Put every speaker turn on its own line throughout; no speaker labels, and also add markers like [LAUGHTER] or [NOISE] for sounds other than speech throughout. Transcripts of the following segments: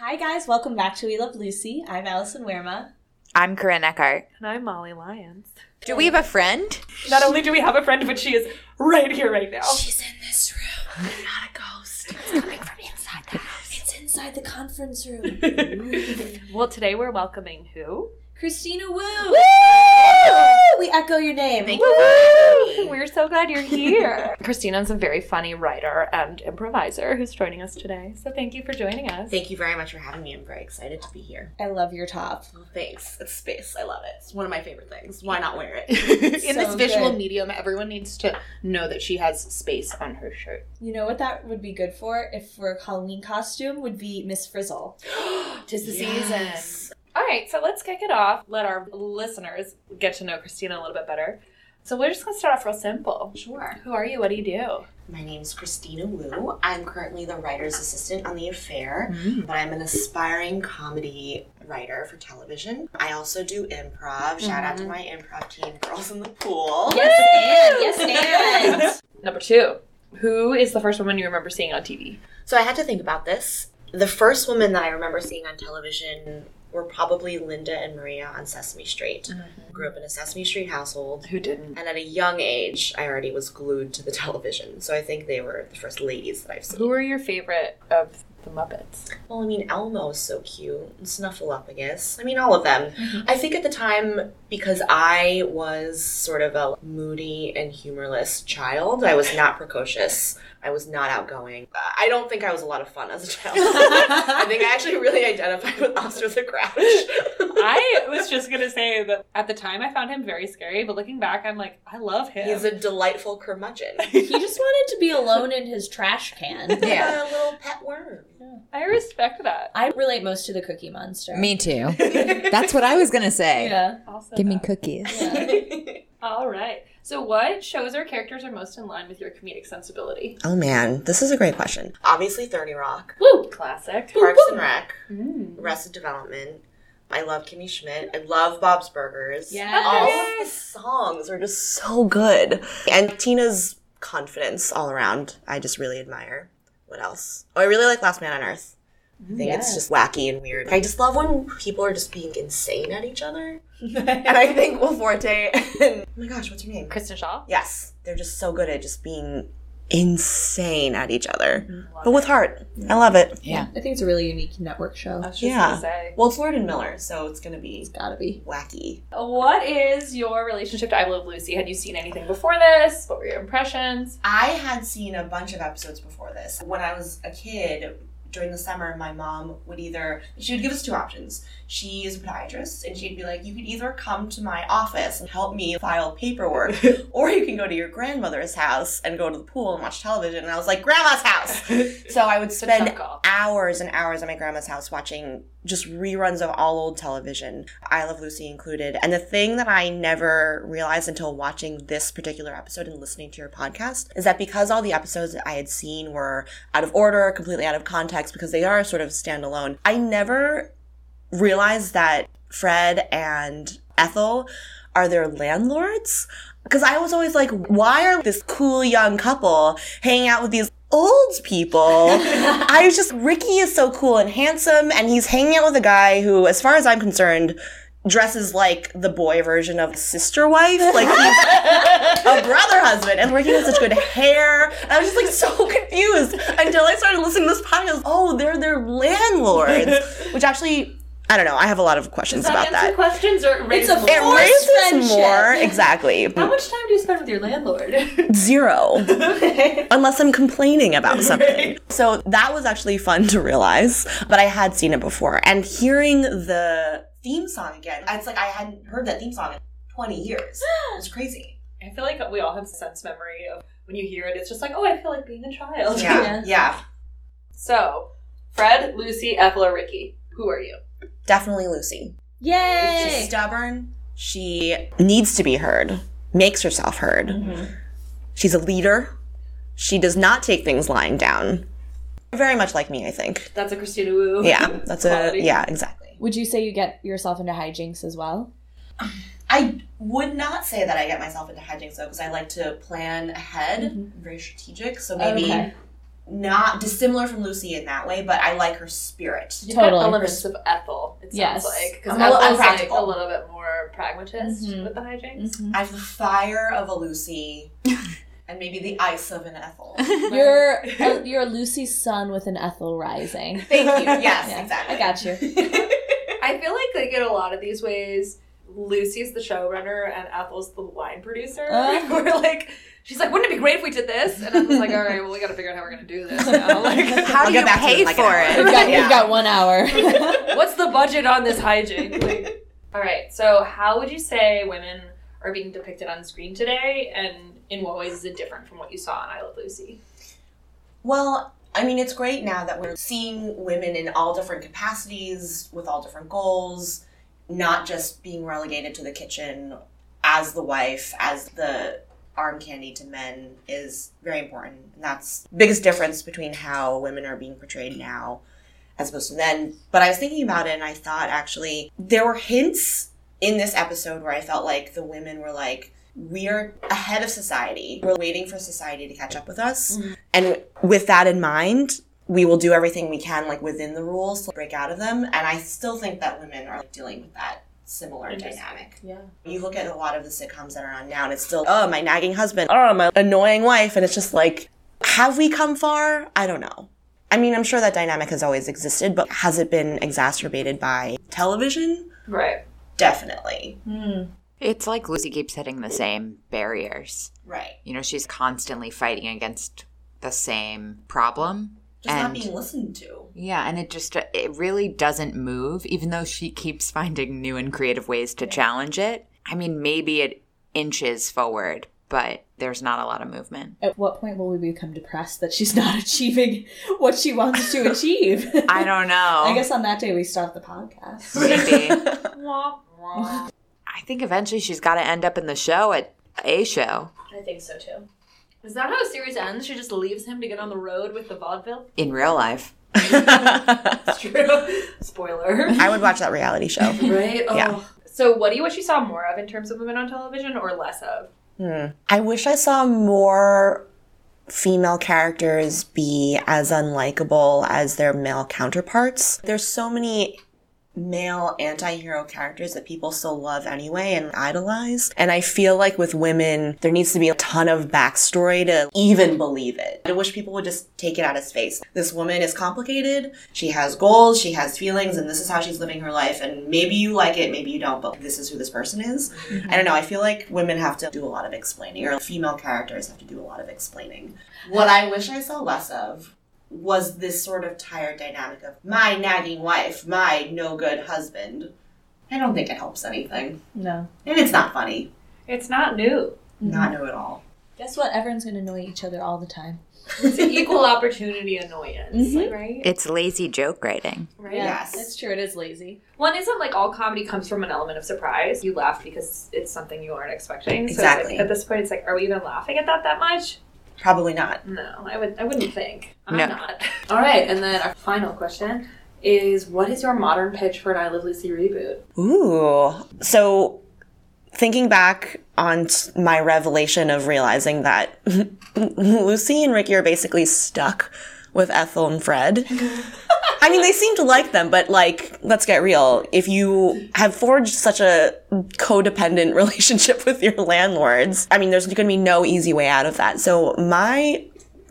listeners, welcome back to We Love Lucy. I'm Allison Werma.
I'm Corinne Eckhart.
And I'm Molly Lyons.
Do we have a friend?
Not only do we have a friend, but she is right here, right now.
She's in this room. Not a ghost. [LAUGHS] It's coming from inside the house. It's inside the conference [LAUGHS] room.
Well, today we're welcoming who?
Christina Wu. We echo your name.
We're so glad you're here. [LAUGHS] Christina's a very funny writer and improviser who's joining us today. So thank you for joining us.
Thank you very much for having me. I'm very excited to be here.
I love your top.
Well, thanks. It's space. I love it. It's one of my favorite things. Why not wear
[LAUGHS]
it? In
So
this visual
good.
medium, everyone needs to know that she has space on her shirt.
You know what that would be good for if for a Halloween costume would be Miss [GASPS] Frizzle.
Tis the season.
All right, so let's kick it off. Let our listeners get to know Christina a little bit better. So we're just going to start off real simple.
Sure.
Who are you? What do you do?
My name's Christina Wu. I'm currently the writer's assistant on The Affair, but I'm an aspiring comedy writer for television. I also do improv. Shout out to my improv team, Girls in the Pool.
Yes, and [LAUGHS] yes,
Number two, who is the first woman you remember seeing on TV?
So I had to think about this. The first women that I remember seeing on television were probably Linda and Maria on Sesame Street. Grew up in a Sesame Street household.
Who didn't?
And at a young age, I already was glued to the [LAUGHS] television. So I think they were the first ladies that I've seen.
Who are your favorite of the Muppets?
Well, I mean, Elmo is so cute. And Snuffleupagus. I mean, all of them. I think at the time, because I was sort of a moody and humorless child, I was not precocious. I was not outgoing. I don't think I was a lot of fun as a child. I think I actually really identified with Oscar the Grouch.
[LAUGHS] I was just gonna say that at the time I found him very scary, but looking back, I'm like, I love him.
He's a delightful curmudgeon.
yes. He just wanted to be alone in his trash can.
Yeah.
a little pet worm.
I respect that.
I relate most to the Cookie Monster.
Me too. That's what I was gonna [LAUGHS] say.
Yeah.
Also,
Give me
that.
cookies.
yeah.
All right. So, what shows or characters are most in line with your comedic sensibility?
Oh man, this is a great question. Obviously, 30 Rock,
Woo! Classic.
Parks and Rec,
Mm.
Arrested Development. I love Kimmy Schmidt. I love Bob's Burgers.
Yes.
All of the songs are just so good. And Tina's confidence all around, I just really admire. What else? Oh, I really like Last Man on Earth. I think it's just wacky and weird. I just love when people are just being insane at
[LAUGHS]
each other. and I think Will Forte and, oh my gosh, what's her name?
Kristen Shaw.
Yes, they're just so good at just being insane at each other,
Mm-hmm.
but with heart. I love it.
Yeah.
I think it's a really unique network show.
I was just
Oh, Yeah.
gonna say.
Well, it's Lord and Miller, so it's gonna be
Gotta be.
wacky.
What is your relationship to I Love Lucy? Had you seen anything before this? What were your impressions?
I had seen a bunch of episodes before this. When I was a kid, during the summer, my mom would either she would give us two options. She is a podiatrist, and she'd be like, "You could either come to my office and help me file paperwork, or you can go to your grandmother's house and go to the pool and watch television." And I was like, "Grandma's house." so I would
It's a tough
spend
call.
hours and hours at my grandma's house watching just reruns of all old television, I Love Lucy included. And the thing that I never realized until watching this particular episode and listening to your podcast is that because all the episodes that I had seen were out of order, completely out of context, because they are sort of standalone, I never realized that Fred and Ethel are their landlords. Because I was always like, why are this cool young couple hanging out with these old people? I was just, Ricky is so cool and handsome, and he's hanging out with a guy who, as far as I'm concerned, dresses like the boy version of sister wife. Like he's a brother husband, and Ricky has such good hair. And I was just like so confused until I started listening to this podcast. Oh, they're their landlords, which actually, I don't know. I have a lot of questions about
answer
that.
questions or raise
a
more?
four-
It
Forced
raises
friendship.
more exactly
How much time do you spend with your landlord?
[LAUGHS]
[LAUGHS]
zero, unless I'm complaining about something. So that was actually fun to realize, but I had seen it before, and hearing the theme song again, it's like I hadn't heard that theme song in 20 years. It was crazy.
I feel like we all have sense memory of when you hear it. It's just like, oh, I feel like being a child.
Yeah.
Yeah, yeah.
[LAUGHS] So, Fred, Lucy, Ethel, or Ricky, who are you?
Definitely Lucy. She's
Yay!
stubborn. She needs to be heard, makes herself heard. She's a leader. She does not take things lying down. Very much like me,
[LAUGHS]
I think.
That's a Christina Wu.
Yeah, that's
Quality.
a yeah, exactly.
Would you say you get yourself into hijinks as well?
I would not say that
Mm-hmm.
I get myself into hedging though, because I like to plan ahead, very strategic. So maybe not dissimilar from Lucy in that way, but I like her spirit.
You've got
Totally.
elements of Ethel. It sounds
Yes.
like because
I'm a little
Ethel's like a
unpractical.
little bit more pragmatist
Mhm.
with the hijinks.
I have the fire of a Lucy, and maybe the ice of an Ethel.
[LAUGHS]
Thank
[LAUGHS]
you.
You're a, you're a Lucy's son with an Ethel rising.
Yes,
Yeah,
exactly.
I got
[LAUGHS]
you. Mm-hmm.
I feel like like in a lot of these ways, Lucy's the showrunner and Ethel's the line producer.
Uh.
[LAUGHS] We're like, she's like, wouldn't it be great if we did this? And Ethel's like, all right, well, we got to figure out how we're gonna do this. Now. Like,
How
I'll
do
get
you
back to
pay
it like an
for
hour.
it?
Oh We've got,
Yeah.
we've got one
[LAUGHS]
hour. [LAUGHS]
what's the budget on this [LAUGHS] hijink? Like, all right, so how would you say women are being depicted on screen today, and in what ways is it different from what you saw in I Love Lucy?
Well, I mean, it's great now that we're seeing women in all different capacities with all different goals, not just being relegated to the kitchen as the wife, as the arm candy to men is very important. And that's the biggest difference between how women are being portrayed now as opposed to then. But I was thinking about it and I thought actually there were hints in this episode where I felt like the women were like, we're ahead of society. We're waiting for society to catch up with us. And with that in mind, we will do everything we can, like within the rules, to break out of them. And I still think that women are like, dealing with that similar
Interesting.
dynamic.
Yeah.
You look at a lot of the sitcoms that are on now, and it's still, oh, my nagging husband, oh, my annoying wife. And it's just like, have we come far? I don't know. I mean, I'm sure that dynamic has always existed, but has it been exacerbated by television?
Right.
Definitely.
It's like Lucy keeps hitting the same barriers.
Right.
You know, she's constantly fighting against the same problem.
Just
and
not being listened to.
yeah, and it just it really doesn't move even though she keeps finding new and creative ways to challenge it. I mean, maybe it inches forward, but there's not a lot of movement.
At what point will we become depressed that she's not [LAUGHS] achieving what she wants to achieve?
I don't know.
I guess on that day we stop the podcast.
[LAUGHS]
maybe.
Womp, womp.
I think eventually she's got to end up in the show at a show
[LAUGHS] I think so too. Is that how a series ends? She just leaves him to get on the road with the vaudeville?
in real life.
That's [LAUGHS] true. Spoiler.
I would watch that reality show.
Right? Oh.
Yeah.
So, what do you wish you saw more of in terms of women on television or less of?
I wish I saw more female characters be as unlikable as their male counterparts. There's so many male anti-hero characters that people still love anyway and idolize. And I feel like with women, there needs to be a ton of backstory to even believe it. I wish people would just take it out of space. This woman is complicated. She has goals, she has feelings, and this is how she's living her life. And maybe you like it, maybe you don't, but this is who this person is. I don't know. I feel like women have to do a lot of explaining, or female characters have to do a lot of explaining. What I wish I saw less of was this sort of tired dynamic of my nagging wife, my no good husband. I don't think it helps anything.
No.
And it's not funny.
It's not new.
Not new at all.
Guess what? Everyone's going to annoy each other all the time.
It's an equal opportunity annoyance, like, right?
It's lazy joke writing.
Right.
Yes.
That's true. It is lazy.
One isn't like all comedy comes from an element of surprise. You laugh because it's something you aren't expecting. So it's like,
Exactly.
at this point, it's like, are we even laughing at that that much?
Probably not.
No, I would. I wouldn't think. I'm
No.
not. [LAUGHS] All right, and then our final question is: What is your modern pitch for an I Love Lucy reboot?
Ooh. So, thinking back on t- my revelation of realizing that [LAUGHS] Lucy and Ricky are basically stuck with Ethel and Fred. I mean, they seem to like them, but like, let's get real. If you have forged such a codependent [LAUGHS] relationship with your landlords, I mean, there's going to be no easy way out of that. So, my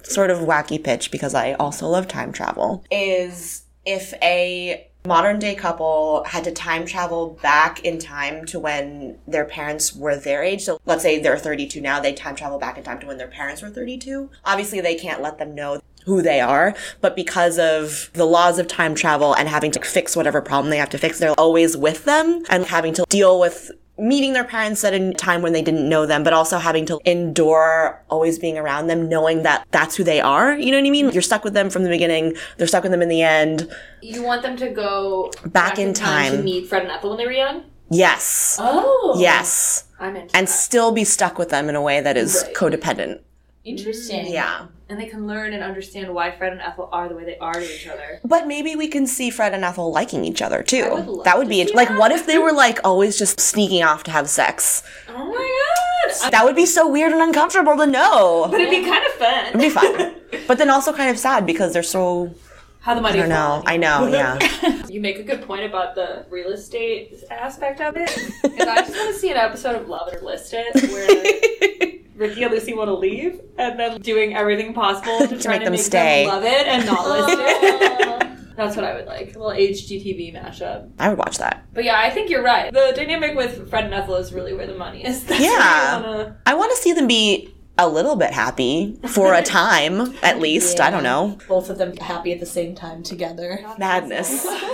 sort of wacky pitch, because I also love time travel, is if a modern day couple had to time travel back in time to when their parents were their age. So let's say they're 32 now, they time travel back in time to when their parents were 32. Obviously, they can't let them know who they are, but because of the laws of time travel and having to fix whatever problem they have to fix, they're always with them and having to deal with meeting their parents at a time when they didn't know them, but also having to endure always being around them, knowing that that's who they are. You know what I mean? You're stuck with them from the beginning. They're stuck with them in the end.
You want them to go
Back in
to
time.
meet Fred and Ethel when they were young.
Yes.
Oh,
Yes.
I'm into
And
that.
still be stuck with them in a way that is
Right.
codependent.
Interesting.
Yeah.
and they can learn and understand why Fred and Ethel are the way they are to each
[GASPS]
other.
But maybe we can see Fred and Ethel liking each other too.
would love
that would
to
be
see
like
that.
what if they were like always just sneaking off to have sex?
Oh my god!
Yes, that would be so weird and uncomfortable to know.
But it'd be kind of
It'd
fun. [LAUGHS]
be fun, but then also kind of sad because they're so.
How the money
I don't know. I know. Yeah.
[LAUGHS] You make a good point about the real estate aspect of it. Because I just want to see an episode of Love It or List It where Ricky and Lucy want to leave and then doing everything possible
[LAUGHS]
to, try
make
to
them
make
stay.
them love it and
[LAUGHS]
not list it. That's what I would like. A little HGTV mashup.
[LAUGHS] I would watch that.
But yeah, I think you're right. The dynamic with Fred and Ethel is really where the money is. [LAUGHS] That's
Yeah.
Where you wanna...
I want to see them be a little bit happy for a time,
[LAUGHS]
at least. I don't know.
Both of them happy at the same time together.
Madness. [LAUGHS]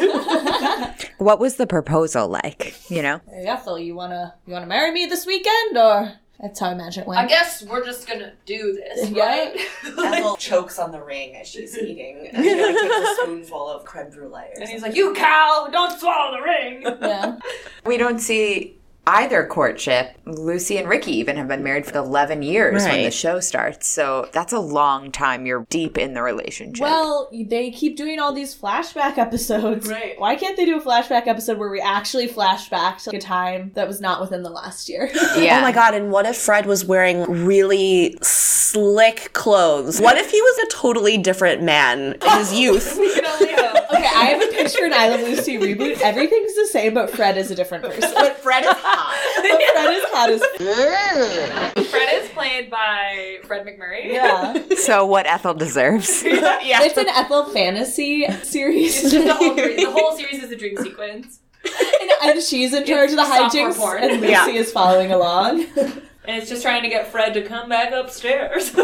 What was the proposal like? You know?
Hey, Ethel, you wanna you wanna marry me this weekend, or that's how I imagine it went.
I guess we're just gonna do [LAUGHS] this,
Yeah.
right?
Ethel chokes on the ring as she's eating,
[LAUGHS]
and she like, takes a spoonful of creme brulee. Or
and [LAUGHS] he's like, "You cow, don't swallow the [LAUGHS] ring."
yeah.
We don't see either courtship. Lucy and Ricky even have been married for 11 years when the
Right.
show starts. So that's a long time. You're deep in the relationship.
Well, they keep doing all these flashback episodes.
Right.
Why can't they do a flashback episode where we actually flash back to a time that was not within the last year?
[LAUGHS]
yeah.
Oh my god, and what if Fred was wearing really slick clothes? What if he was a totally different man in his youth?
[LAUGHS]
You know, Leo.
okay, I have a picture in I Love Lucy reboot. Everything's the same, but Fred is a different person.
[LAUGHS]
But Fred is hot.
But Fred is hot as
Fred is played by Fred McMurray.
yeah.
So what Ethel deserves.
yeah.
It's an Ethel fantasy series.
It's just [LAUGHS] the whole, dream- the
[LAUGHS]
whole series is a dream sequence,
[LAUGHS] and she's in charge of the
It's software
hijinks,
porn.
and Lucy
Yeah.
is following along. [LAUGHS]
and it's just trying to get Fred to come back
[LAUGHS]
upstairs.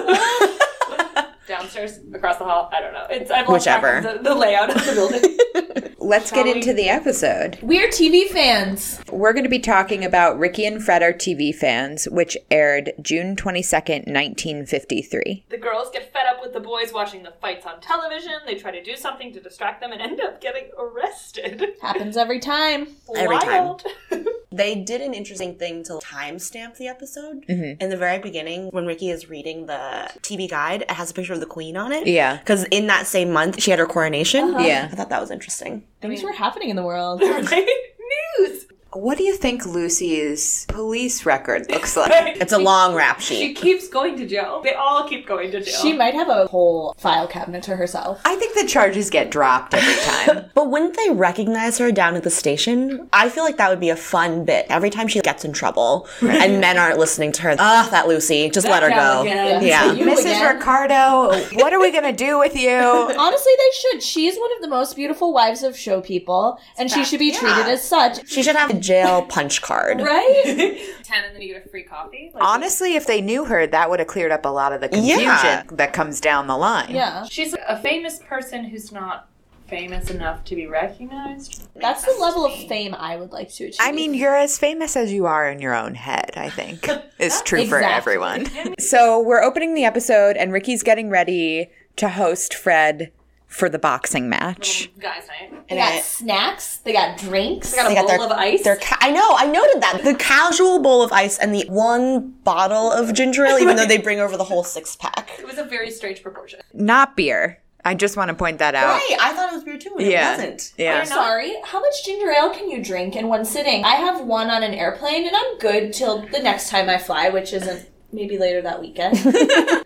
Downstairs, across the hall. I don't know. It's I've lost track
Whichever.
of the, the layout of the building.
[LAUGHS]
[LAUGHS]
Let's get into the episode.
We're TV fans.
We're going to be talking about Ricky and Fred are TV fans, which aired June 22nd, 1953.
the girls get fed up with the boys watching the fights on television. They try to do something to distract them and end up getting arrested.
Happens every time.
[LAUGHS] Every time.
Wild. [LAUGHS]
They did an interesting thing to timestamp the episode.
Mm-hmm.
In the very beginning, when Ricky is reading the TV guide, it has a picture of the queen on it.
Yeah.
Because in that same month, she had her coronation.
Yeah.
I thought that was interesting.
Things were happening in the
[LAUGHS]
world.
Right? News.
What do you think Lucy's police record looks
[LAUGHS]
like?
It's a long rap
She
sheet.
keeps going to jail. They all keep going to jail.
She might have a whole file cabinet to herself.
I think the charges get
[LAUGHS]
dropped every time.
But wouldn't they recognize her down at the station? I feel like that would be a fun bit. Every time she gets in trouble and men aren't listening to her, ugh, that Lucy, just let her
Gal
go.
again.
Yeah.
You
Mrs.
again.
Ricardo, what are we going to do
[LAUGHS]
with you?
Honestly, they should. She's one of the most beautiful wives of show people, and she should be treated as such.
[LAUGHS]
She should have a jail punch card.
Right?
Ten, and then you get a free coffee. Like,
Honestly, if they knew her, that would have cleared up a lot of the confusion
Yeah.
that comes down the line.
Yeah.
She's a famous person who's not famous enough to be recognized.
That's the level of fame I would like to achieve.
I mean, you're as famous as you are in your own head,
[LAUGHS]
I think, is true for
Exactly.
everyone.
[LAUGHS]
So we're opening the episode, and Ricky's getting ready to host Fred for the boxing
Oh
match.
Guys' night.
they got snacks, they got drinks.
Got a
got
bowl
their-
of ice.
Their ca- I know, I noted that. The casual bowl of ice and the one bottle of ginger ale, even though they bring over the whole six pack.
It was a very strange proportion.
Not beer. I just want to point that out.
Hey, I thought it was beer too, and
Yeah.
it wasn't.
Yeah.
I'm sorry. How much ginger ale can you drink in one sitting? I have one on an airplane, and I'm good till the next time I fly, which isn't maybe later that
[LAUGHS]
weekend.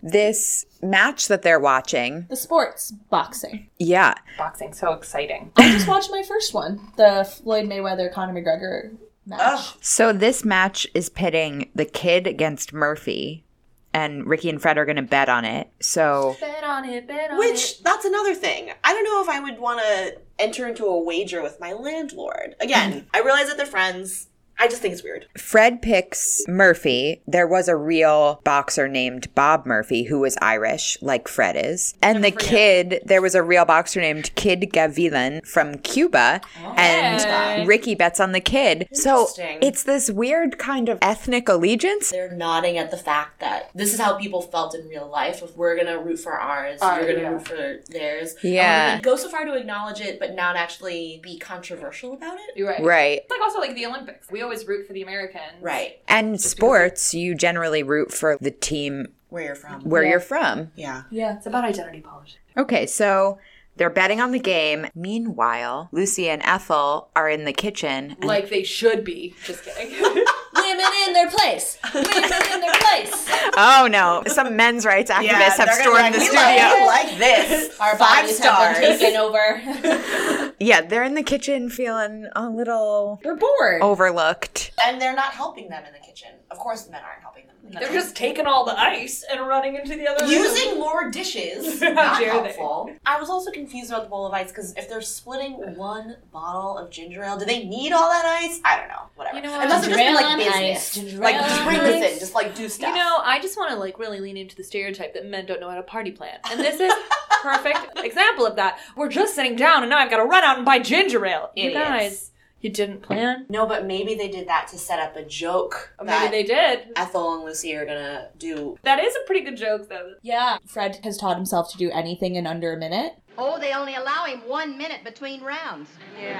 This match that they're watching,
the sports boxing.
yeah,
Boxing, so exciting.
I just watched my first one, the Floyd Mayweather Conor McGregor match.
So this match is pitting the kid against Murphy, and Ricky and Fred are going to bet on it. So
[LAUGHS] Bet on it. Bet on it.
Which, that's another thing. I don't know if I would want to enter into a wager with my landlord. Again, I realize that they're friends. I just think it's weird.
Fred picks Murphy. There was a real boxer named Bob Murphy who was Irish, like Fred is. And the kid, there was a real boxer named Kid Gavilan from Cuba. And Ricky bets on the kid. So
Interesting.
it's this weird kind of ethnic allegiance.
they're nodding at the fact that this is how people felt in real life. If we're gonna root for ours,
Uh,
you're gonna root for theirs. And we're
Yeah.
gonna go so far to acknowledge it, but not actually be controversial about it.
You're right.
Right.
It's like also like the Olympics. We always root for the Americans.
Right,
And sports, you generally root for the team
Where you're from.
where you're from.
Yeah.
Yeah.
It's about identity politics.
Okay, so They're betting on the game. Meanwhile, Lucy and Ethel are in the kitchen. and-
Like they should be. Just kidding. [LAUGHS]
Women in their place. Women in their place.
oh no, some men's rights activists have
they're gonna
stormed
be like,
the
"We
studio.
like
[LAUGHS]
you like this.
Our
Five
bodies have been
stars.
taken over.
Yeah, they're in the kitchen feeling a little
[LAUGHS] We're bored.
overlooked.
And they're not helping them in the kitchen. Of course, the men aren't helping them. In the
They're [LAUGHS]
kitchen.
just [LAUGHS] taking all the ice and running into the other
Using more dishes, not
dare they.
helpful. I was also confused about the bowl of ice because if they're splitting one bottle of ginger ale, do they need all that ice? I don't know. Whatever.
You know
it must
Ginger
have just been
ale
like
on ice,
business.
ginger
Like
ale
just
on
bring this
ice.
in. Just like do stuff.
You know, I just want to like really lean into the stereotype that men don't know how to party plan, and this
[LAUGHS]
is perfect example of that. We're just sitting down, and now I've got to run out and buy ginger ale. You
Idiots.
guys, you didn't plan.
No, but maybe they did that to set up a joke
Or
that
maybe they did.
Ethel and Lucy are gonna do.
That is a pretty good joke, though.
Yeah. Fred has taught himself to do anything in under a minute.
Oh, they only allow him one minute between rounds. Yeah.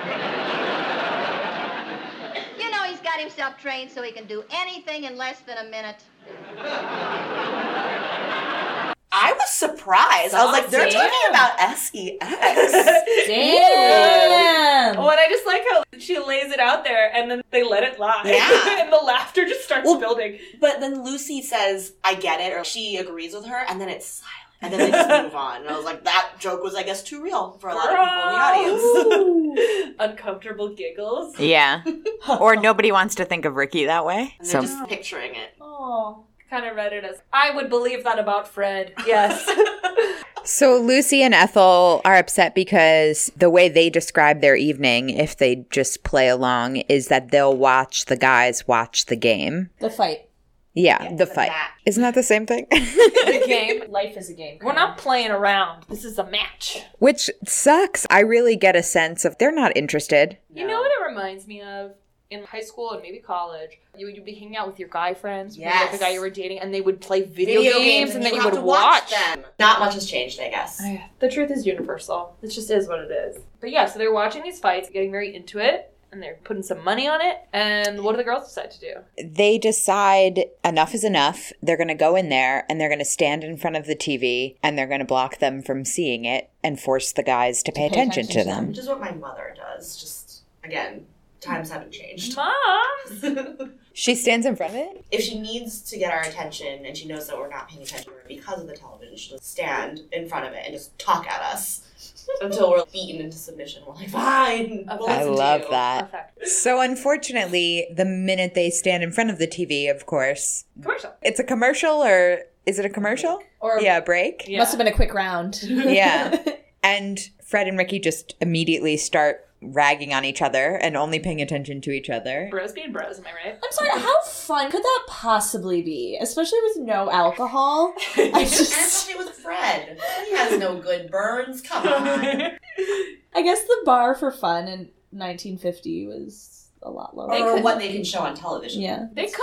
you know, he's got himself trained so he can do anything in less than a minute.
I was surprised. I was like, they're talking about
E
[LAUGHS]
SEX.
Damn.
Oh, and I just like how she lays it out there and then they let it lie.
Yeah.
[LAUGHS]
and the laughter just starts
Well-
building.
but then
Lucy says, "I get it," or she agrees with her, and then it's silent, and then they just move on. And I was like, that joke was, I guess, too real for a lot of people in the audience.
[LAUGHS] Uncomfortable giggles.
Yeah. or nobody wants to think of Ricky that way.
And
So
they're just picturing it.
Oh, kind of read it as I would believe that about Fred. [LAUGHS]
Yes.
So Lucy and Ethel are upset because the way they describe their evening, if they just play along, is that they'll watch the guys watch the game.
The fight.
Yeah, the fight. Isn't that the same thing? [LAUGHS]
the game.
Life is a game.
We're not playing around. This is a match.
Which sucks. I really get a sense of they're not interested.
You know what it reminds me of? In high school and maybe college, you, you'd be hanging out with your guy friends, maybe, like, the
Yes.
guy you were dating, and they would play video, games, and then you
have
would
to
watch.
them. Not much has changed, I guess.
Oh, The truth is universal. It just is what it is. But yeah, so they're watching these fights, getting very into it, and they're putting some money on it. And what do the girls decide to do?
They decide enough is enough. They're going to go in there and they're going to stand in front of the TV and they're going to block them from seeing it and force the guys to pay, attention, to them.
Which is what my mother does. Just again, times haven't changed. [LAUGHS]
Moms!
She stands in front of it?
If she needs to get our attention and she knows that we're not paying attention to her because of the television, she'll stand in front of it and just talk at us [LAUGHS] until we're beaten into submission. We're like, fine. we'll
I
listen to
love
you."
that.
Perfect.
So, unfortunately, the minute they stand in front of the TV, of course,
Commercial.
it's a commercial or is it a commercial?
Or
Yeah, a break.
Yeah.
must have been a quick round. [LAUGHS]
Yeah. and Fred and Ricky just immediately start ragging on each other and only paying attention to each other.
Bros being bros, am I right?
I'm sorry, how fun could that possibly be? Especially with no alcohol.
[LAUGHS]
I
And
just
especially with Fred. He has no good burns.
[LAUGHS]
Come on. [LAUGHS]
I guess the bar for fun in nineteen fifty was a lot lower.
or what they can show on television.
yeah.
They could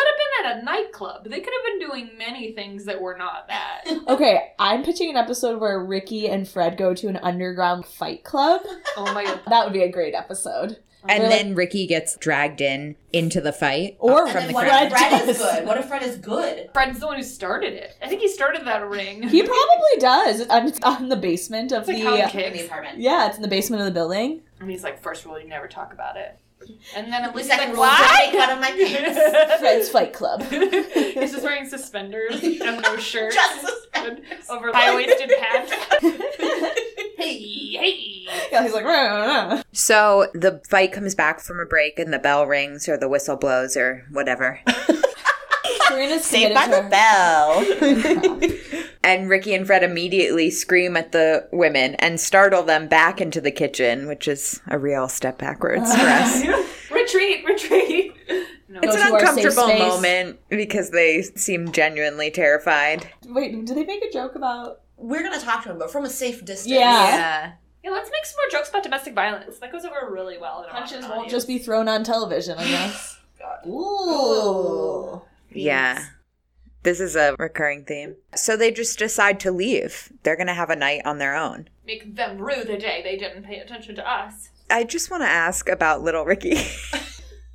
have been at a nightclub. They could have been doing many things that were not that.
Okay, I'm pitching an episode where Ricky and Fred go to an underground fight club.
oh my
[LAUGHS]
god.
That would be a great episode.
And
Really?
then Ricky gets dragged in into the fight.
Or
And
from
then
the
what
Fred.
if Fred is
does.
good? What if Fred is good?
Fred's the one who started it. I think he started that ring.
[LAUGHS] He probably does. It's on, it's on the basement of
It's like
the.
how he
In the uh,
kicks.
apartment.
yeah, it's in the basement of the building.
And he's like, first rule, you never talk about it. And then at
The
least like,
second rule is don't
why?
make
[LAUGHS]
fun of my pants.
Fred's Fight [LAUGHS] Club.
[LAUGHS] He's just wearing suspenders and
[LAUGHS]
no shirt.
Just suspenders.
over high waisted
[LAUGHS]
pants. hey, hey.
Yeah, he's like, "Rah, rah, rah."
So the fight comes back from a break and the bell rings or the whistle blows or whatever.
Serena's
saved
committed
by
to
the
her.
bell.
And Ricky and Fred immediately scream at the women and startle them back into the kitchen, which is a real step
[LAUGHS]
backwards for us.
Retreat, retreat. No.
It's
Go
an
to our safe
uncomfortable
space.
moment because they seem genuinely terrified.
Wait, do they make a joke about?
We're gonna talk to him, but from a safe distance.
Yeah.
yeah, let's make some more jokes about domestic violence. That goes over really well. In
Punches won't just be thrown on television, I guess. [GASPS] Ooh.
Yeah. This is a recurring theme. So they just decide to leave. They're going to have a night on their own.
make them rue the day they didn't pay attention to us.
I just want to ask about little Ricky. [LAUGHS]
[LAUGHS]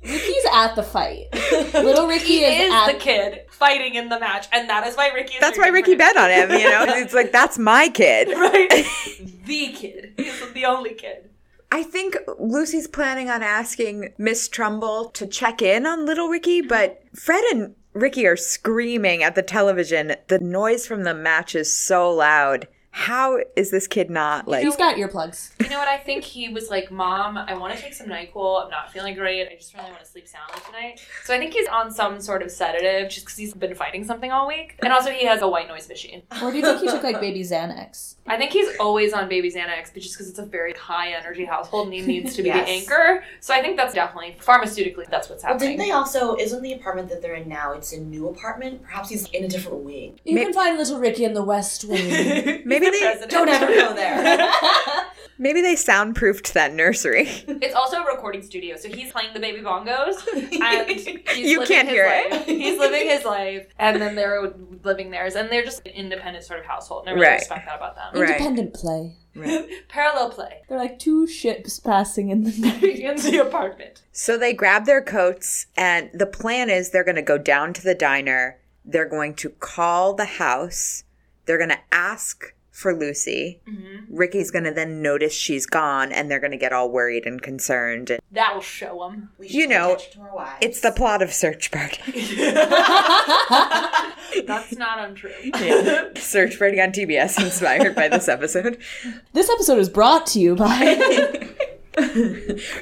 Ricky's at the fight. Little Ricky is,
Is
at
the kid?
fighting in the match, and that is why Ricky. Is
That's
very
why Ricky
different.
bet on him, you know? It's like, that's my
[LAUGHS]
kid. [LAUGHS]
right? the kid. He's the only kid.
I think Lucy's planning on asking Miss Trumbull to check in on little Ricky, but Fred and Ricky are screaming at the television. The noise from the match is so loud. How is this kid not like
He's got earplugs.
You know what? I think he was like, Mom, I want to take some NyQuil. I'm not feeling great. I just really want to sleep soundly tonight. So I think he's on some sort of sedative just because he's been fighting something all week. And also, he has a white noise machine.
Or do you think he took like baby Xanax?
I think he's always on baby Xanax, but just because it's a very high energy household and he needs to be
Yes.
the anchor. So I think that's definitely pharmaceutically, that's what's
Well, didn't
happening.
they also? Isn't the apartment that they're in now? It's a new apartment. Perhaps he's in a different wing.
You can find little Ricky in the West Wing.
maybe they
President.
Don't ever go there.
maybe they soundproofed that nursery.
[LAUGHS]
[LAUGHS]
It's also a recording studio, so he's playing the baby bongos, and he's
You
living
can't
his
hear it.
life. He's living his life, and then they're living theirs, and they're just an independent sort of household. And I really
Right.
respect that about them.
Right.
Independent play.
Parallel play [LAUGHS]
They're like two ships passing in the night.
in the apartment.
So they grab their coats, and the plan is they're going to go down to the diner. They're going to call the house. They're going to ask for Lucy. Ricky's going to then notice she's gone, and they're going to get all worried and concerned. And
That will show him.
We
You know,
pay attention to our wives.
it's the plot of Search Party. [LAUGHS]
That's not untrue.
Search Party on TBS, inspired by this episode.
This episode is brought to you by.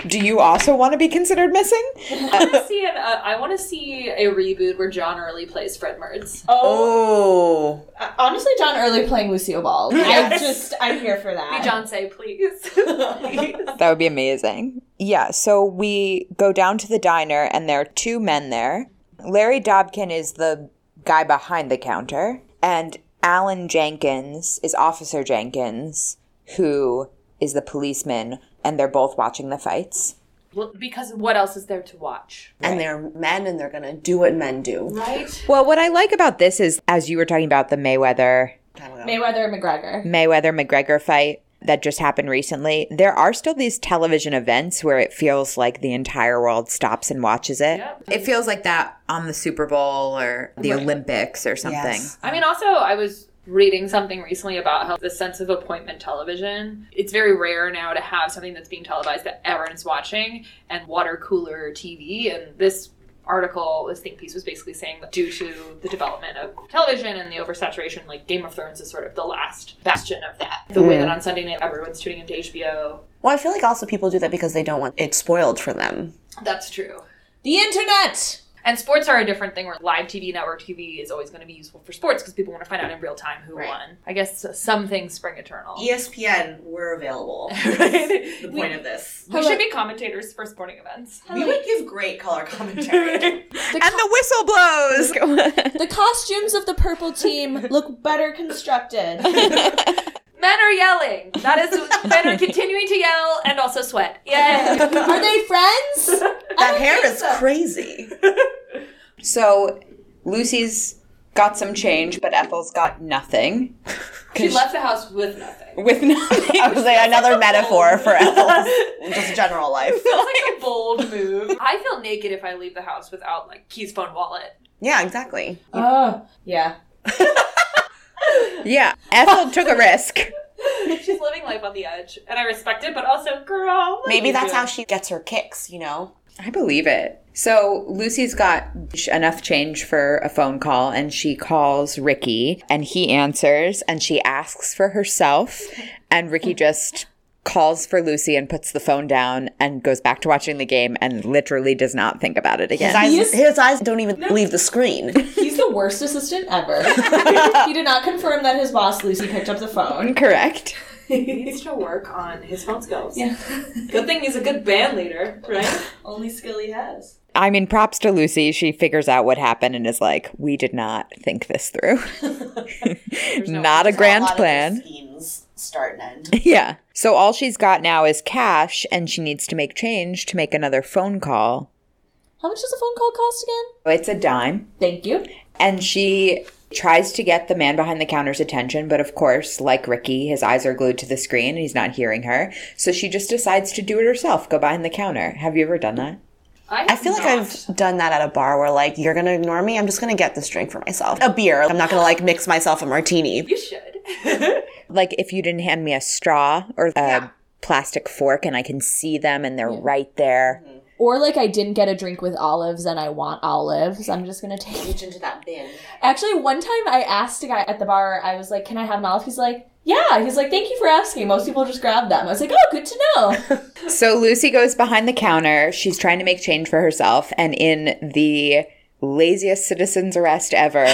Do you also want to be considered missing?
I want to see an, uh, I want to see a reboot where John Early plays Fred Mertz.
Oh,
Honestly, John Early playing Lucille Ball. I just, I'm here for that.
Be John say please. [LAUGHS]
that would be amazing. Yeah, so we go down to the diner, and there are two men there. Larry Dobkin is the guy behind the counter, and Alan Jenkins is Officer Jenkins, who is the policeman, and they're both watching the fights.
well, because what else is there to watch?
And they're men and they're going to do what men do.
Right?
Well, what I like about this is, as you were talking about the Mayweather
Mayweather and McGregor.
Mayweather McGregor fight that just happened recently, there are still these television events where it feels like the entire world stops and watches it. It feels like that on the Super Bowl or the Olympics or something.
Yes.
I mean, also, I was reading something recently about how the sense of appointment television it's very rare now to have something that's being televised that everyone's watching and water cooler tv and this article this think piece was basically saying that due to the development of television and the oversaturation like game of thrones is sort of the last bastion of that the way that on sunday night everyone's tuning into hbo
Well, I feel like also people do that because they don't want it spoiled for them.
that's true
The internet!
And sports are a different thing where live TV, network TV is always going to be useful for sports because people want to find out in real time who
Right.
won. I guess some things spring eternal.
E ESPN. We're
[LAUGHS]
available.
[LAUGHS] Right?
the point of this.
We should be commentators for sporting events.
We would give great color
[LAUGHS]
commentary.
And the whistle [LAUGHS] blows.
The costumes of the purple team look better constructed.
Men are yelling. That [LAUGHS] is, men are continuing to yell and also sweat. Yay!
Are they friends?
That hair is crazy.
[LAUGHS] so Lucy's got some change, but Ethel's got nothing.
[LAUGHS] she left the house with nothing.
With [LAUGHS] nothing.
I was like another
[LAUGHS]
metaphor for Ethel's just general life.
It's like a bold move. I feel naked if I leave the house without like keys, phone, wallet. [LAUGHS]
Yeah, exactly.
Oh, yeah.
yeah. Ethel took a risk.
She's living life on the edge, and I respect it. But also, girl, what are
Maybe
you
that's
doing?
how she gets her kicks, you know?
I believe it. So Lucy's got sh- enough change for a phone call and she calls Ricky and he answers and she asks for herself and Ricky just calls for Lucy and puts the phone down and goes back to watching the game and literally does not think about it
His
again.
eyes,
is-
his eyes don't even leave the screen.
He's the worst assistant ever. he did not confirm that his boss, Lucy, picked up the phone.
Correct.
He needs to work on his phone skills. Yeah. good thing he's a good band leader, right?
Only skill he has.
I mean, props to Lucy. She figures out what happened and is like, we did not think this through. [LAUGHS] not a grand
A lot of
plan.
these Schemes start and end.
Yeah. So all she's got now is cash and she needs to make change to make another phone call.
How much does a phone call cost again?
It's a dime.
Thank you.
And she tries to get the man behind the counter's attention, but of course, like Ricky, his eyes are glued to the screen and he's not hearing her. So she just decides to do it herself, go behind the counter. Have you ever done that?
I,
[LAUGHS] I feel like I've done that at a bar where like you're gonna ignore me. I'm just gonna get this drink for myself, a beer. I'm not gonna like mix myself a martini.
You should.
Like if you didn't hand me a straw or a plastic fork and I can see them and they're right there.
Or like I didn't get a drink with olives and I want olives. I'm just gonna take
Reach into that bin.
Actually, one time I asked a guy at the bar, I was like, Can I have an olive? He's like, Yeah. He's like, Thank you for asking. Most people just grab them. I was like, Oh, good to know.
So Lucy goes behind the counter. She's trying to make change for herself and in the laziest citizen's arrest [LAUGHS] ever.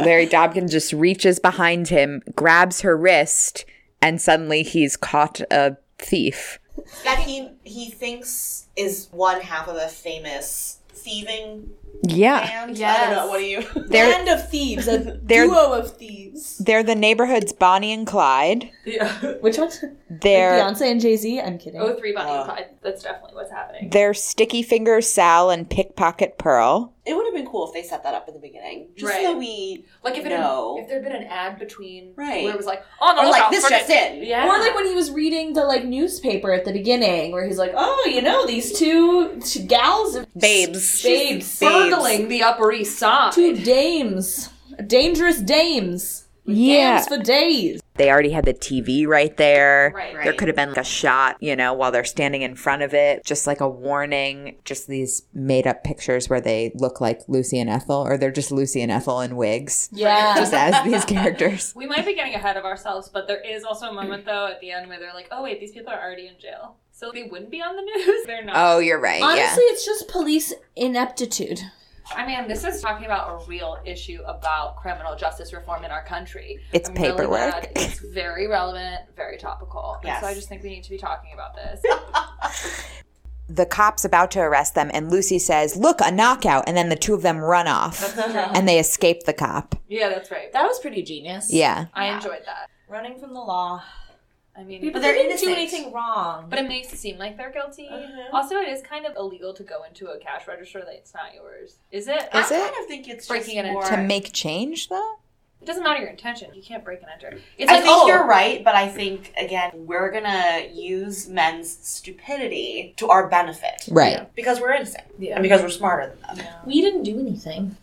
Larry Dobkin just reaches behind him, grabs her wrist, and suddenly he's caught a thief.
That he he thinks is one half of a famous thieving
Yeah.
band. I
Yes.
don't know. What do you?
[LAUGHS] They're-
Band of [LAUGHS] thieves, a
They're-
duo of thieves.
They're the neighborhood's Bonnie and Clyde.
Yeah. [LAUGHS]
Which one's
They're
Beyonce and Jay Z? I'm kidding.
Oh, three
Uh.
Bonnie and Clyde. That's definitely what's happening.
they're Sticky Finger Sal and Pickpocket Pearl.
It would have been cool if they set that up in the beginning,
just so Right.
we
Like if it
No.
if there'd been an ad between
Right.
where it was like "Oh, on the
Or like,
lookout
this
for
just
it.
in.
Yeah.
Or like when he was reading the like newspaper at the beginning, where he's like, "Oh, you know these two t- gals, of-
babes.
babes,
burgling the Upper East Side.
two dames, dangerous dames,
Yeah.
dames for days."
They already had the TV right there.
Right.
There could have been like a shot, you know, while they're standing in front of it, just like a warning, just these made up pictures where they look like Lucy and Ethel, or they're just Lucy and Ethel in
[LAUGHS]
wigs,
Yeah,
just as these characters.
We might be getting ahead of ourselves, but there is also a moment though at the end where they're like, "Oh wait, these people are already in jail, so they wouldn't be on the news. [LAUGHS] They're not."
Oh, you're right.
honestly, it's just police ineptitude.
I mean, this is talking about a real issue about criminal justice reform in our country.
It's
really
paperwork.
glad it's very relevant, very topical. And
Yes.
so I just think we need to be talking about this.
yeah. The cop's about to arrest them, and Lucy says, Look, a knockout. And then the two of them run off and they escape the cop.
yeah, that's right.
That was pretty genius.
Yeah.
I enjoyed that.
running from the law.
I mean,
People
but,
they didn't do anything wrong.
it makes it seem like they're guilty. Also, it is kind of illegal to go into a cash register that's not yours. Is it?
Is
I
it?
kind of think it's
Breaking
just
it
more-
To make change, though?
It doesn't matter your intention. You can't break and enter. It's
I
like,
think
oh,
you're right, but I think again we're gonna use men's stupidity to our benefit
Right.
because we're innocent
Yeah.
and because we're smarter than them.
we didn't do anything.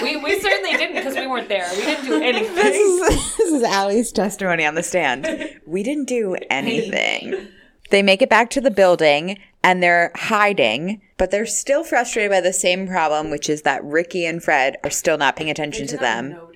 we, we certainly didn't because we weren't there. We didn't do
This
anything.
is, this is Allie's testimony on the stand. We didn't do anything. They make it back to the building and they're hiding, but they're still frustrated by the same problem, which is that Ricky and Fred are still not paying attention to them.
Notice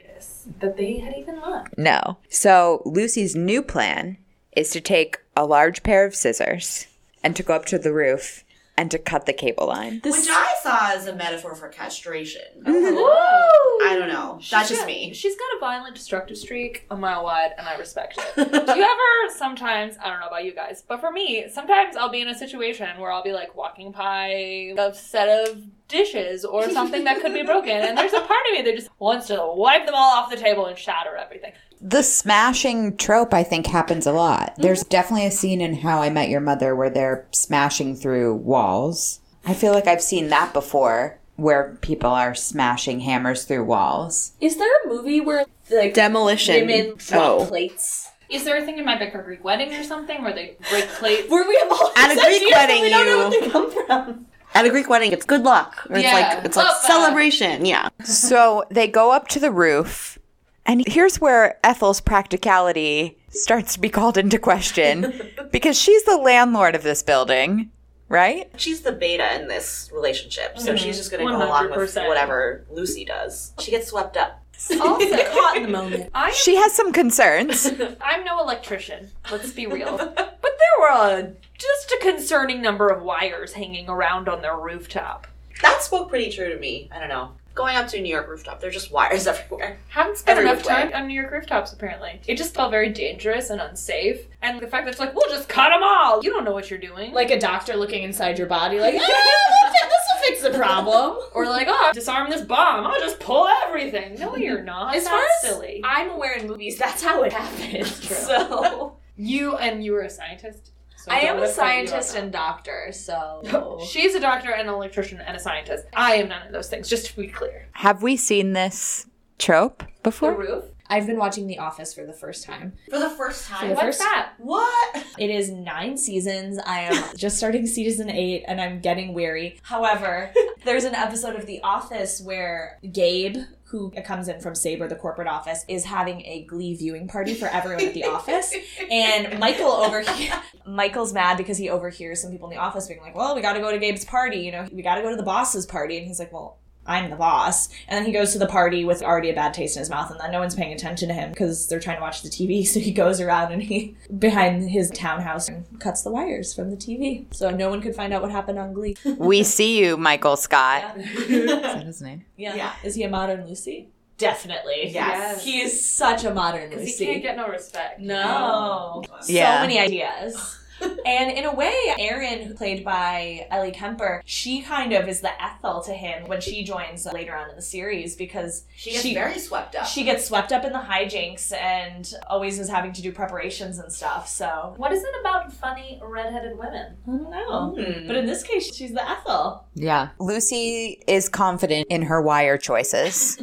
that they had even left.
No. So Lucy's new plan is to take a large pair of scissors and to go up to the roof and to cut the cable line.
Which I saw as a metaphor for castration.
Mm-hmm.
I don't know. That's just me.
She's got a violent, destructive streak a mile wide, and I
[LAUGHS]
respect it. do you ever sometimes, I don't know about you guys, but for me, sometimes I'll be in a situation where I'll be like walking by a set of dishes or something that could be broken, and there's a part of me that just wants to wipe them all off the table and shatter everything.
The smashing trope, I think, happens a lot. There's definitely a scene in How I Met Your Mother where they're smashing through walls. I feel like I've seen that before where people are smashing hammers through walls.
Is there a movie where like
Demolition.
women drop
oh.
plates?
Is there a thing in my Big Greek wedding or something where they break plates?
Where we have all
At a
these ideas,
Greek
but
wedding,
we don't know
you-
where they come from.
At a Greek wedding, it's good luck. Or it's
Yeah.
like it's like
Opa.
celebration. Yeah.
[LAUGHS] so they go up to the roof, and here's where Ethel's practicality starts to be called into [LAUGHS] question because she's the landlord of this building, right?
She's the beta in this relationship, so she's just gonna
Mm-hmm.
go along with
100%.
whatever Lucy does. She gets swept up.
Also,
Caught in the moment.
I
She has some [LAUGHS] concerns.
I'm no electrician, let's be real.
[LAUGHS]
but there were a, just a concerning number of wires hanging around on their rooftop.
[LAUGHS] That spoke pretty true to me. I don't know. Going up to a New York rooftop, there's just wires [LAUGHS] everywhere.
Haven't spent
Every
enough
way.
time on New York rooftops, apparently. It just felt very dangerous and unsafe. And the fact that it's like, we'll just cut them all. You don't know what you're doing.
Like a doctor looking inside your body, [LAUGHS] like, ah, this will fix the [LAUGHS] problem.
or like, oh, disarm this bomb. I'll just pull everything.
[LAUGHS]
No, you're not.
As
That's
far as
silly.
I'm aware in movies, that's how it happens.
True.
[LAUGHS] So
You and you were a scientist. So
I
don't
am a
offend you on
scientist
that.
and doctor, so [LAUGHS]
She's a doctor and an electrician and a scientist. I am none of those things, just to be clear.
Have we seen this trope
The
before?
roof?
I've been watching The Office for the first time.
For the first
For the
time.
What's
first-
that?
What?
It is nine seasons. I am just starting season eight and I'm getting weary. However, there's an episode of The Office where Gabe, who comes in from Sabre, the corporate office, is having a glee viewing party for everyone at the office. And Michael over here, Michael's mad because he overhears some people in the office being like, well, we got to go to Gabe's party. You know, we got to go to the boss's party. And he's like, well, I'm the boss. And then he goes to the party with already a bad taste in his mouth, and then no one's paying attention to him because they're trying to watch the TV. [LAUGHS] So he goes around and he behind his townhouse and cuts the wires from the TV. So no one could find out what happened on Glee.
we see you, Michael Scott. [LAUGHS] Is
yes.
that his name?
Yeah.
Yeah.
Is he a modern Lucy? Definitely.
Yes.
He is such a modern
Because
Lucy.
he can't get no respect.
no.
Yeah.
So many ideas. [LAUGHS] and in a way, Erin, who played by Ellie Kemper, she kind of is the Ethel to him when she joins later on in the series because
She gets
She-
very swept up.
She gets swept up in the hijinks and always is having to do preparations and stuff. So
What is it about funny redheaded women?
I don't know. But in this case, she's the Ethel.
Yeah. Lucy is confident in her wire [LAUGHS] choices.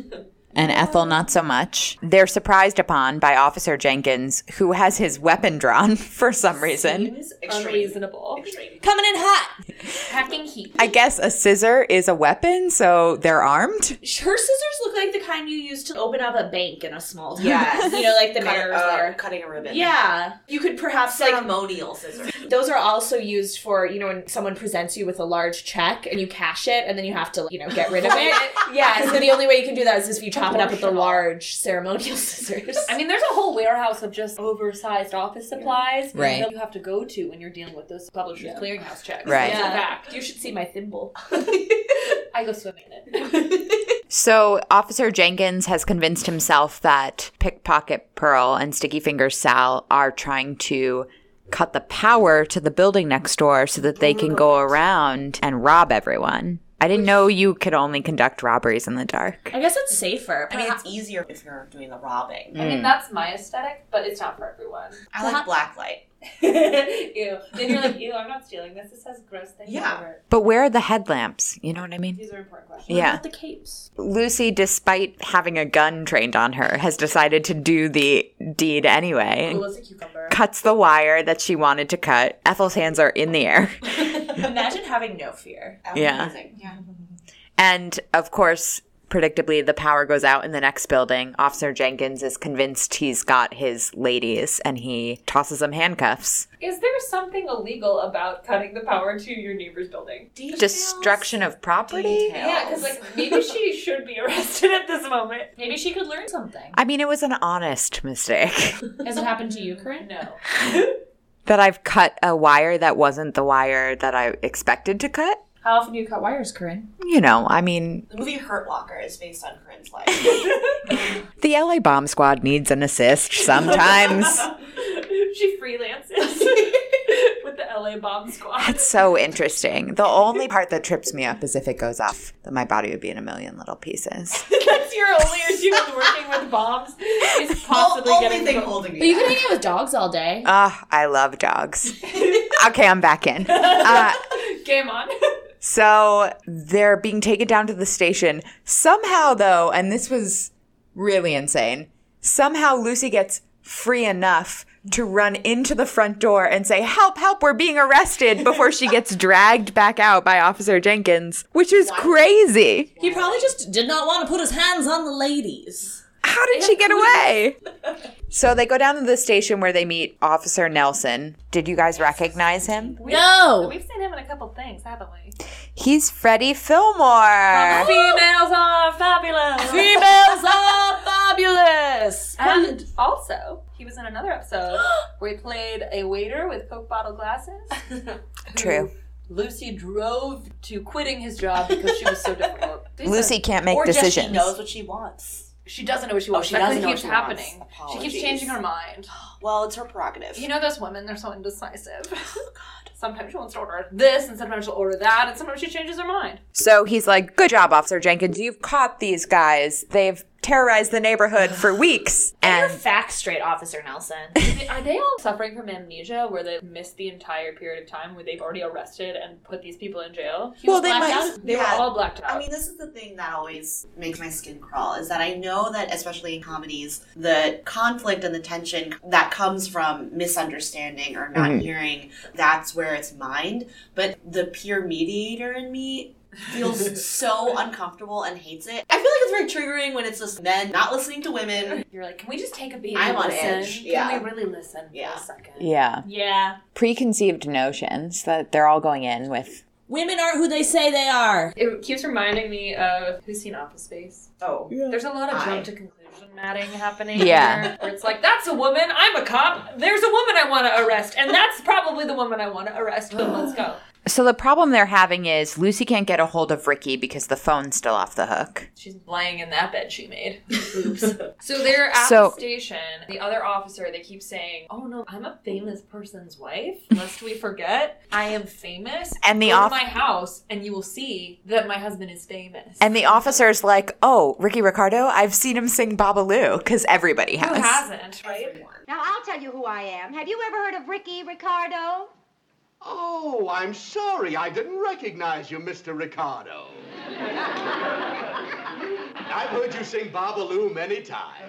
And Ethel, not so much. They're surprised upon by Officer Jenkins, who has his weapon drawn [LAUGHS] for some reason.
Seems
Extreme.
unreasonable.
Extreme.
Coming in hot.
Packing heat.
I guess a scissor is a weapon, so they're armed.
Her scissors look like the kind you use to open up a bank in a small town.
Yes.
[LAUGHS] you know, like the
Cut-
mayor's
uh,
there.
cutting a ribbon.
Yeah. Um, You could perhaps like
Ceremonial scissors.
those are also used for, you know, when someone presents you with a large check and you cash it and then you have to, you know, get rid of
[LAUGHS]
it. yeah, so the only way you can do that is if you chop it up with the
Proportional.
large ceremonial [LAUGHS] scissors.
I mean, there's a whole warehouse of just oversized office supplies
Right.
that you have to go to when you're dealing with those publishers' clearinghouse checks.
Right.
It's a
Yeah.
fact.
you should see my thimble. [LAUGHS]
I go swimming in it.
So, Officer Jenkins has convinced himself that Pickpocket Pearl and Sticky Finger Sal are trying to cut the power to the building next door so that they can go around and rob everyone. I didn't know you could only conduct robberies in the dark.
I guess it's safer.
I mean,
[LAUGHS]
it's easier if you're doing the robbing.
I
Mm.
mean, that's my aesthetic, but it's not for everyone. [LAUGHS]
I like black light.
ew. Then you're like, ew, I'm not stealing this. This has gross things
Yeah.
over it.
But where are the headlamps? You know what I mean?
These are important questions.
Yeah.
the capes.
Lucy, despite having a gun trained on her, has decided to do the deed anyway.
Cool as a cucumber.
cuts the wire that she wanted to cut. Ethel's hands are in the air.
Imagine having no fear.
That was
Yeah.
Amazing. Yeah.
And of course, predictably, the power goes out in the next building. Officer Jenkins is convinced he's got his ladies and he tosses them handcuffs.
Is there something illegal about cutting the power to your neighbor's building?
Destruction of property?
Yeah, because like maybe [LAUGHS] she should be arrested at this moment.
Maybe she could learn something.
I mean, it was an honest mistake [LAUGHS]
Has it happened to you, Corinne?
No.
that I've cut a wire that wasn't the wire that I expected to cut.
How often do you cut wires, Corinne?
You know, I mean,
The movie Hurt Locker is based on Corinne's [LAUGHS] life.
the LA bomb squad needs an
[LAUGHS]
assist sometimes.
she [LAUGHS] freelances with the LA Bomb Squad.
It's so interesting. The only part that trips me up is if it goes off, that my body would be in a million little pieces.
That's your only issue with working with bombs is possibly
only
getting
thing
booked.
holding me
But you
back.
can hang out with dogs all day.
Ah, I love dogs. [LAUGHS] okay, I'm back in. Uh,
game on. [LAUGHS]
so they're being taken down to the station. Somehow, though, and this was really insane, somehow Lucy gets free enough to run into the front door and say, Help, help, we're being arrested before she gets dragged back out by Officer Jenkins, which is crazy.
He probably just did not want to put his hands on the ladies.
How did she get away? so they go down to the station where they meet Officer Nelson. Did you guys recognize him?
No!
We've seen him in a couple things, haven't we?
He's Freddie Fillmore.
Females are fabulous.
Females are fabulous!
And also, he was in another [GASPS] episode where he played a waiter with Coke bottle glasses.
True.
Lucy drove to quitting his job because she was so difficult.
Lucy can't make
or just she
decisions.
knows what she wants.
She doesn't know what she wants.
she
That's
doesn't know
keeps
what she wants.
happening. She
Apologies.
keeps changing her mind.
Well, it's her prerogative.
You know those women, they're so indecisive. Sometimes she wants to order this, and sometimes she'll order that, and sometimes she changes her mind.
So he's like, Good job, Officer Jenkins. You've caught these guys. They've terrorize the neighborhood for
[LAUGHS]
weeks.
Your [LAUGHS]
And
facts straight, Officer Nelson. [LAUGHS]
Are they all suffering from amnesia where they missed the entire period of time where they've already arrested and put these people in jail? He
Well,
was
they
blacked
might-
out. They
yeah.
were all blacked out.
I mean, this is the thing that always makes my skin crawl is that I know that, especially in comedies, the conflict and the tension that comes from misunderstanding or not hearing, that's where it's mined. But the peer mediator in me
[LAUGHS]
feels so uncomfortable and hates it. I feel like it's very triggering when it's just men not listening to women.
You're like, can we just take a beat?
I'm
and
on
listen?
edge, yeah.
Can we really listen
Yeah.
for a second?
yeah,
yeah.
preconceived notions that they're all going in with.
Women aren't who they say they are.
It keeps reminding me of who's seen Office Space.
Oh.
There's a lot of
I-
jump to conclusion matting happening.
Yeah.
here, where it's like that's a woman. I'm a cop. There's a woman I want to arrest, and that's probably the woman I want to arrest. But let's go.
So the problem they're having is Lucy can't get a hold of Ricky because the phone's still off the hook.
She's lying in that bed she made. [LAUGHS] Oops. so they're at
So-
the station. The other officer, they keep saying, "Oh no, I'm a famous person's wife. Lest we forget, I am famous."
And the
Go to
off-
my house, and you will see that my husband is famous.
And the officer's like, "Oh, Ricky Ricardo, I've seen him sing Babalu because everybody
who
has."
hasn't, right?
Now I'll tell you who I am. Have you ever heard of Ricky Ricardo?
Oh, I'm sorry. I didn't recognize you, Mr. Ricardo. I've heard you sing Babaloo many times.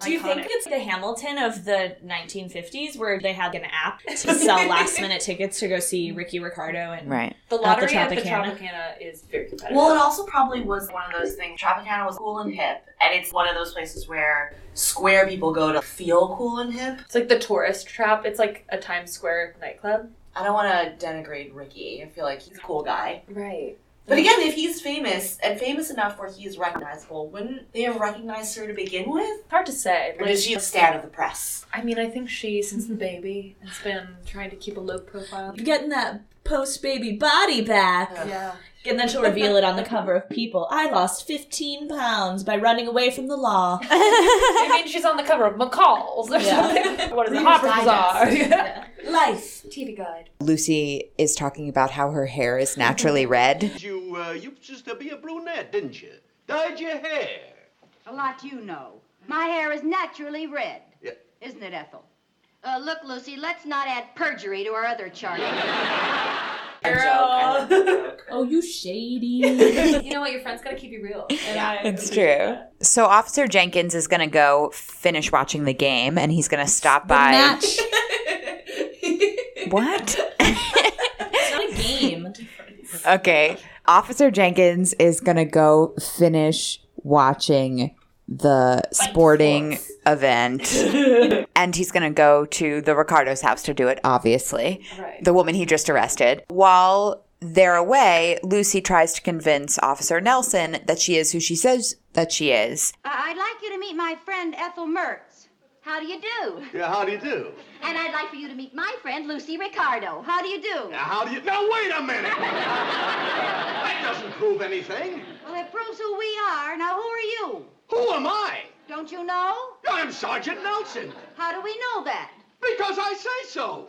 Do you think it's the Hamilton of the 1950s where they had an [LAUGHS] app to sell last minute tickets to go see Ricky Ricardo and
Right.
The lottery at the Tropicana,
Tropicana?
is very competitive.
Well, it also probably was one of those things. Tropicana was cool and hip, and it's one of those places where square people go to feel cool and hip.
it's like the tourist trap. It's like a Times Square nightclub.
I don't want to denigrate Ricky. I feel like he's a cool guy.
Right.
But again, if he's famous and famous enough where he is recognizable, wouldn't they have recognized her to begin with?
It's hard to say.
Or does she just stay out of the press?
I mean, I think she, since the baby, has been trying to keep a low profile.
Getting that post baby body back.
Yeah.
And then she'll reveal it on the cover of People. I lost 15 pounds by running away from the law.
I mean, she's on the cover of McCall's
[LAUGHS]
or something. What is it? Harper's Bazaar.
[LAUGHS] Life.
TV Guide.
Lucy is talking about how her hair is naturally red.
You, uh, you used to be a brunette, didn't you? Dyed your hair.
A lot you know. My hair is naturally red.
Yeah.
Isn't it, Ethel? Uh, look, Lucy, let's not add perjury to our other charges.
[LAUGHS]
Oh, you shady.
[LAUGHS] you know what? Your friend's gotta keep you real. And I
It's
appreciate
true.
that.
So Officer Jenkins is going to go finish watching the game and he's going to stop by. [LAUGHS]
Match.
What?
It's not a game.
okay. Officer Jenkins is going to go finish watching the sporting [LAUGHS] event. and he's going to go to the Ricardo's house to do it, obviously.
Right.
The woman he just arrested. While they're away, Lucy tries to convince Officer Nelson that she is who she says that she is.
I- I'd like you to meet my friend Ethel Mertz. How do you [LAUGHS] do?
Yeah, how do you do?
And I'd like for you to meet my friend Lucy Ricardo. How do you do?
Now, how do you. Now, wait a minute! that doesn't prove anything.
Well, it proves who we are. Now, who are you?
Who am I?
Don't you know?
I'm Sergeant Nelson.
How do we know that?
Because I say so.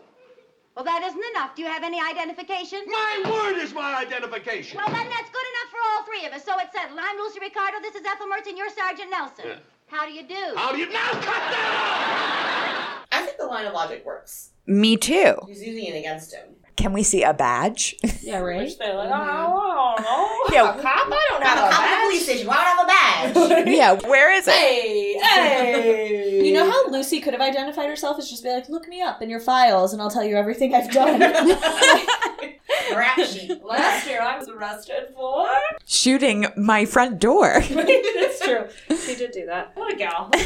Well, that isn't enough. Do you have any identification?
My word is my identification.
Well, then that's good enough for all three of us. So it's settled. I'm Lucy Ricardo. This is Ethel Mertz, and you're Sergeant Nelson.
Yeah.
How do you do?
How do you. Now, cut that out!
I think the line of logic works.
Me too.
He's using it against him.
Can we see a badge? [LAUGHS]
Yeah, right?
They're like, oh, I
yeah,
Cop? I don't have a cop at the police station. Why don't I have a
[LAUGHS]
badge?
yeah. Where is it?
You know how Lucy could have identified herself as just be like, look me up in your files and I'll tell you everything
[LAUGHS]
I've done.
[LAUGHS] Rap sheet.
don't know. Last year I was arrested for.
Shooting my front door.
[LAUGHS] That's true. She did do that. What a gal.
[LAUGHS]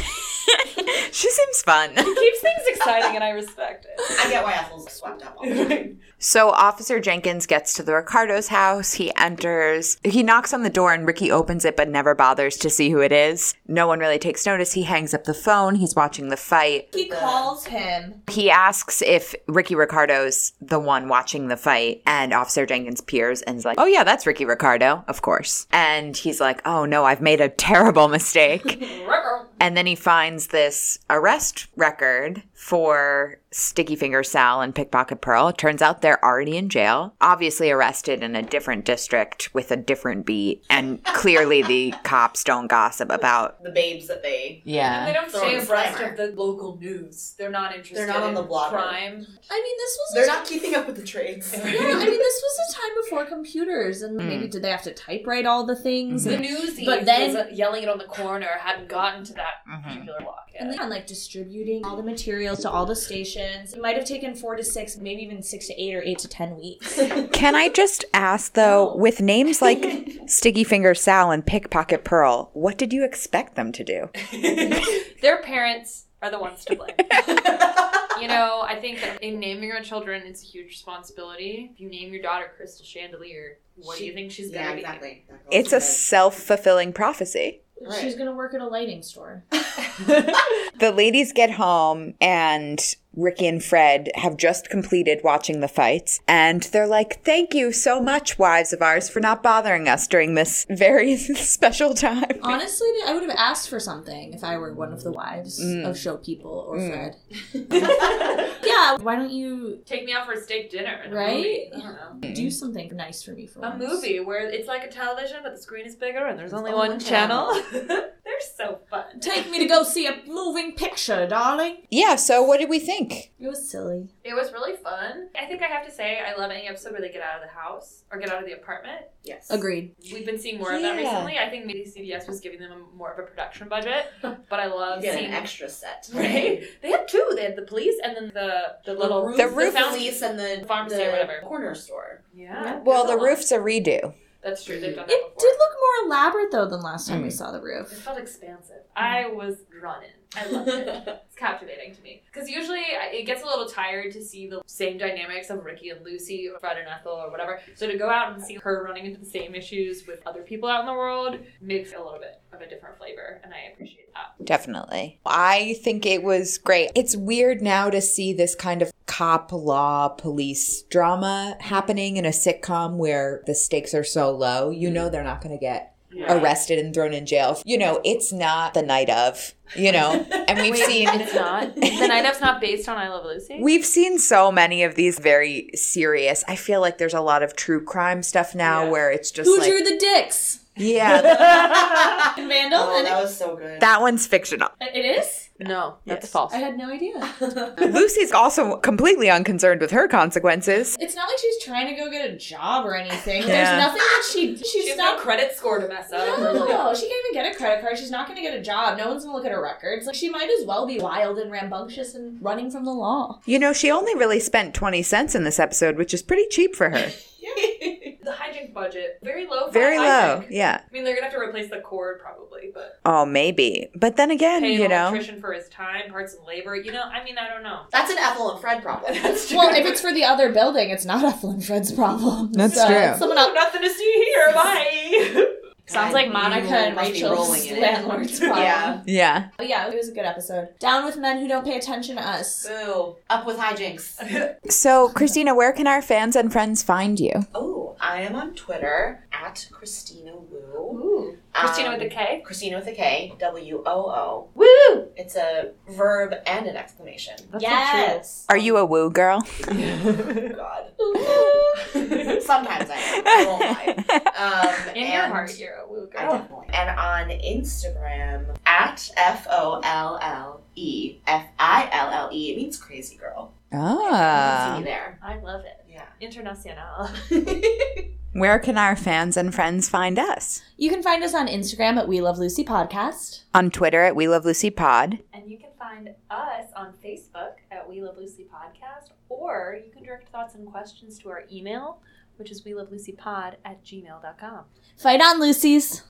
she seems
[LAUGHS]
fun.
Keeps things exciting, and I respect it.
I get why Ethel's swept up on that.
So Officer Jenkins gets to the Ricardo's house. He enters. He knocks on the door and Ricky opens it but never bothers to see who it is. No one really takes notice. He hangs up the phone. He's watching the fight.
he calls him.
He asks if Ricky Ricardo's the one watching the fight and Officer Jenkins peers and is like, "Oh yeah, that's Ricky Ricardo, of course." And he's like, "Oh no, I've made a [LAUGHS] terrible mistake." And then he finds this arrest record for Sticky Finger Sal and Pickpocket Pearl. Turns out they're already in jail, obviously arrested in a different district with a different beat, and clearly the cops don't gossip about.
The babes that they.
They
Yeah.
don't
Throw
stay
in a
abreast
slammer.
of the local news. They're not interested.
They're not on the
in
blotter.
I
Crime.
mean, this was a
They're not keeping up with the
[LAUGHS]
trades.
Yeah, I mean, this was a time before computers, and
Hmm.
maybe did they have to typewrite all the things?
The newsies
But then-
was uh, yelling it on the corner hadn't gotten to that
Mm-hmm.
Mhm.
particular block yet.
And then, like distributing all the materials to all the stations, it might have taken four to six, maybe even six to eight or eight to ten weeks.
Can I just ask though, with names like Sticky Finger Sal and Pickpocket Pearl, what did you expect them to do?
Their parents are the ones to [LAUGHS] blame. you know, I think that in naming our children, it's a huge responsibility. If you name your daughter Crystal Chandelier, what do you think she's gonna
yeah,
be?
exactly. That goes
It's
to
a
the-
self fulfilling prophecy.
[LAUGHS] Right.
She's gonna work at a lighting store.
The ladies get home and Ricky and Fred have just completed watching the fights and they're like, Thank you so much, wives of ours, for not bothering us during this very [LAUGHS] special time.
Honestly, I would have asked for something if I were one of the wives of show people or Fred. [LAUGHS] yeah, why don't you
Take me out for a steak dinner, and a
Right?
movie. I don't know.
do something nice for me for
A
once?
movie where it's like a television, but the screen is bigger and there's only
only
one
one
channel. [LAUGHS] They're so fun.
Take
[LAUGHS]
me to go see a moving picture, darling.
Yeah, so what did we think?
It was silly.
It was really fun. I think I have to say, I love any episode where they get out of the house or get out of the apartment.
Yes.
Agreed.
We've been seeing more of that
Yeah.
recently. I think maybe CBS was giving them a, more of a production budget, [LAUGHS] but I
You
love
get
seeing
an extra set.
Right? They had two. They had the police and then the the little
The roof
found-
police and the
pharmacy
the
or whatever.
corner store.
Yeah.
Well, the
There's a lot.
roof's a redo.
That's true. They've done that
It
before.
did look more elaborate though than last time we saw the
It
roof.
felt expansive. I was drawn in. I loved it. it's captivating to me because usually I- it gets a little tired to see the same dynamics of Ricky and Lucy or Fred and Ethel or whatever. So to go out and see her running into the same issues with other people out in the world makes a little bit of a different flavor, and I appreciate that.
Definitely. I think it was great. It's weird now to see this kind of cop law police drama happening in a sitcom where the stakes are so low. You know they're not going to get arrested and thrown in jail. You know, it's not the night of, you know. And we've seen
It's [LAUGHS] not. The night up's not based on I Love Lucy.
We've seen so many of these very serious. I feel like there's a lot of true crime stuff now
Yeah.
where it's just
Who
like
drew the dicks?
yeah,
Vandal?
Oh, that was so good.
that one's
[LAUGHS]
fictional.
it is?
no, that's false.
I had no idea.
[LAUGHS]
Lucy's also completely unconcerned with her consequences.
It's not like she's trying to go get a job or [LAUGHS] anything.
Yeah.
There's nothing that
[LAUGHS]
she she's
She has no
not.
credit score to mess up.
No, she can't even get a credit card. She's not going to get a job. No one's going to look at her records. Like she might as well be wild and rambunctious and running from the law.
You know, she only really spent 20 cents in this episode, which is pretty cheap for her.
The hijink budget very low. for
Very
a
low.
hijink.
Yeah.
I mean, they're gonna have to replace the cord probably, but
Oh, maybe. But then again,
pay an
you know.
electrician for his time, parts and labor. You know, I mean, I don't know.
That's an Ethel and Fred [LAUGHS] problem.
That's true.
Well, if it's for the other building, it's not [LAUGHS] Ethel and Fred's problem.
That's
So,
true.
it's Someone else.
Oh, nothing to
[LAUGHS]
see here. Bye.
Sounds like
you
Monica and
must be rolling
Rachel's
in it.
landlord's problem.
Yeah.
Yeah.
But yeah, it was a good episode. Down with men who don't pay attention to us.
Boo. Up with hijinks.
So, Christina, where can our fans and friends find you?
oh, I am on Twitter at Christina Wu.
[LAUGHS] Ooh. Christina
Um,
with the K.
Christina with a K, W O O.
Woo.
It's a verb and an exclamation.
[LAUGHS]
yes.
Are you a woo girl?
Oh, God. Sometimes I am. I
Oh
won't [LAUGHS] lie. Um,
In your
and-
heart, you're a woo
I
girl.
definitely. Oh. And on Instagram at F O L L E F I L L E. It means crazy girl. You can see
[LAUGHS] Ah.
me there.
I love it.
Yeah.
International.
[LAUGHS]
Where can our fans and friends find us?
You can find us on Instagram at We Love Lucy Podcast.
On Twitter at We Love Lucy Pod.
And you can find us on Facebook at We Love Lucy Podcast, or you can direct thoughts and questions to our email, which is we love lucypod at gmail.com.
Fight on, Lucy's.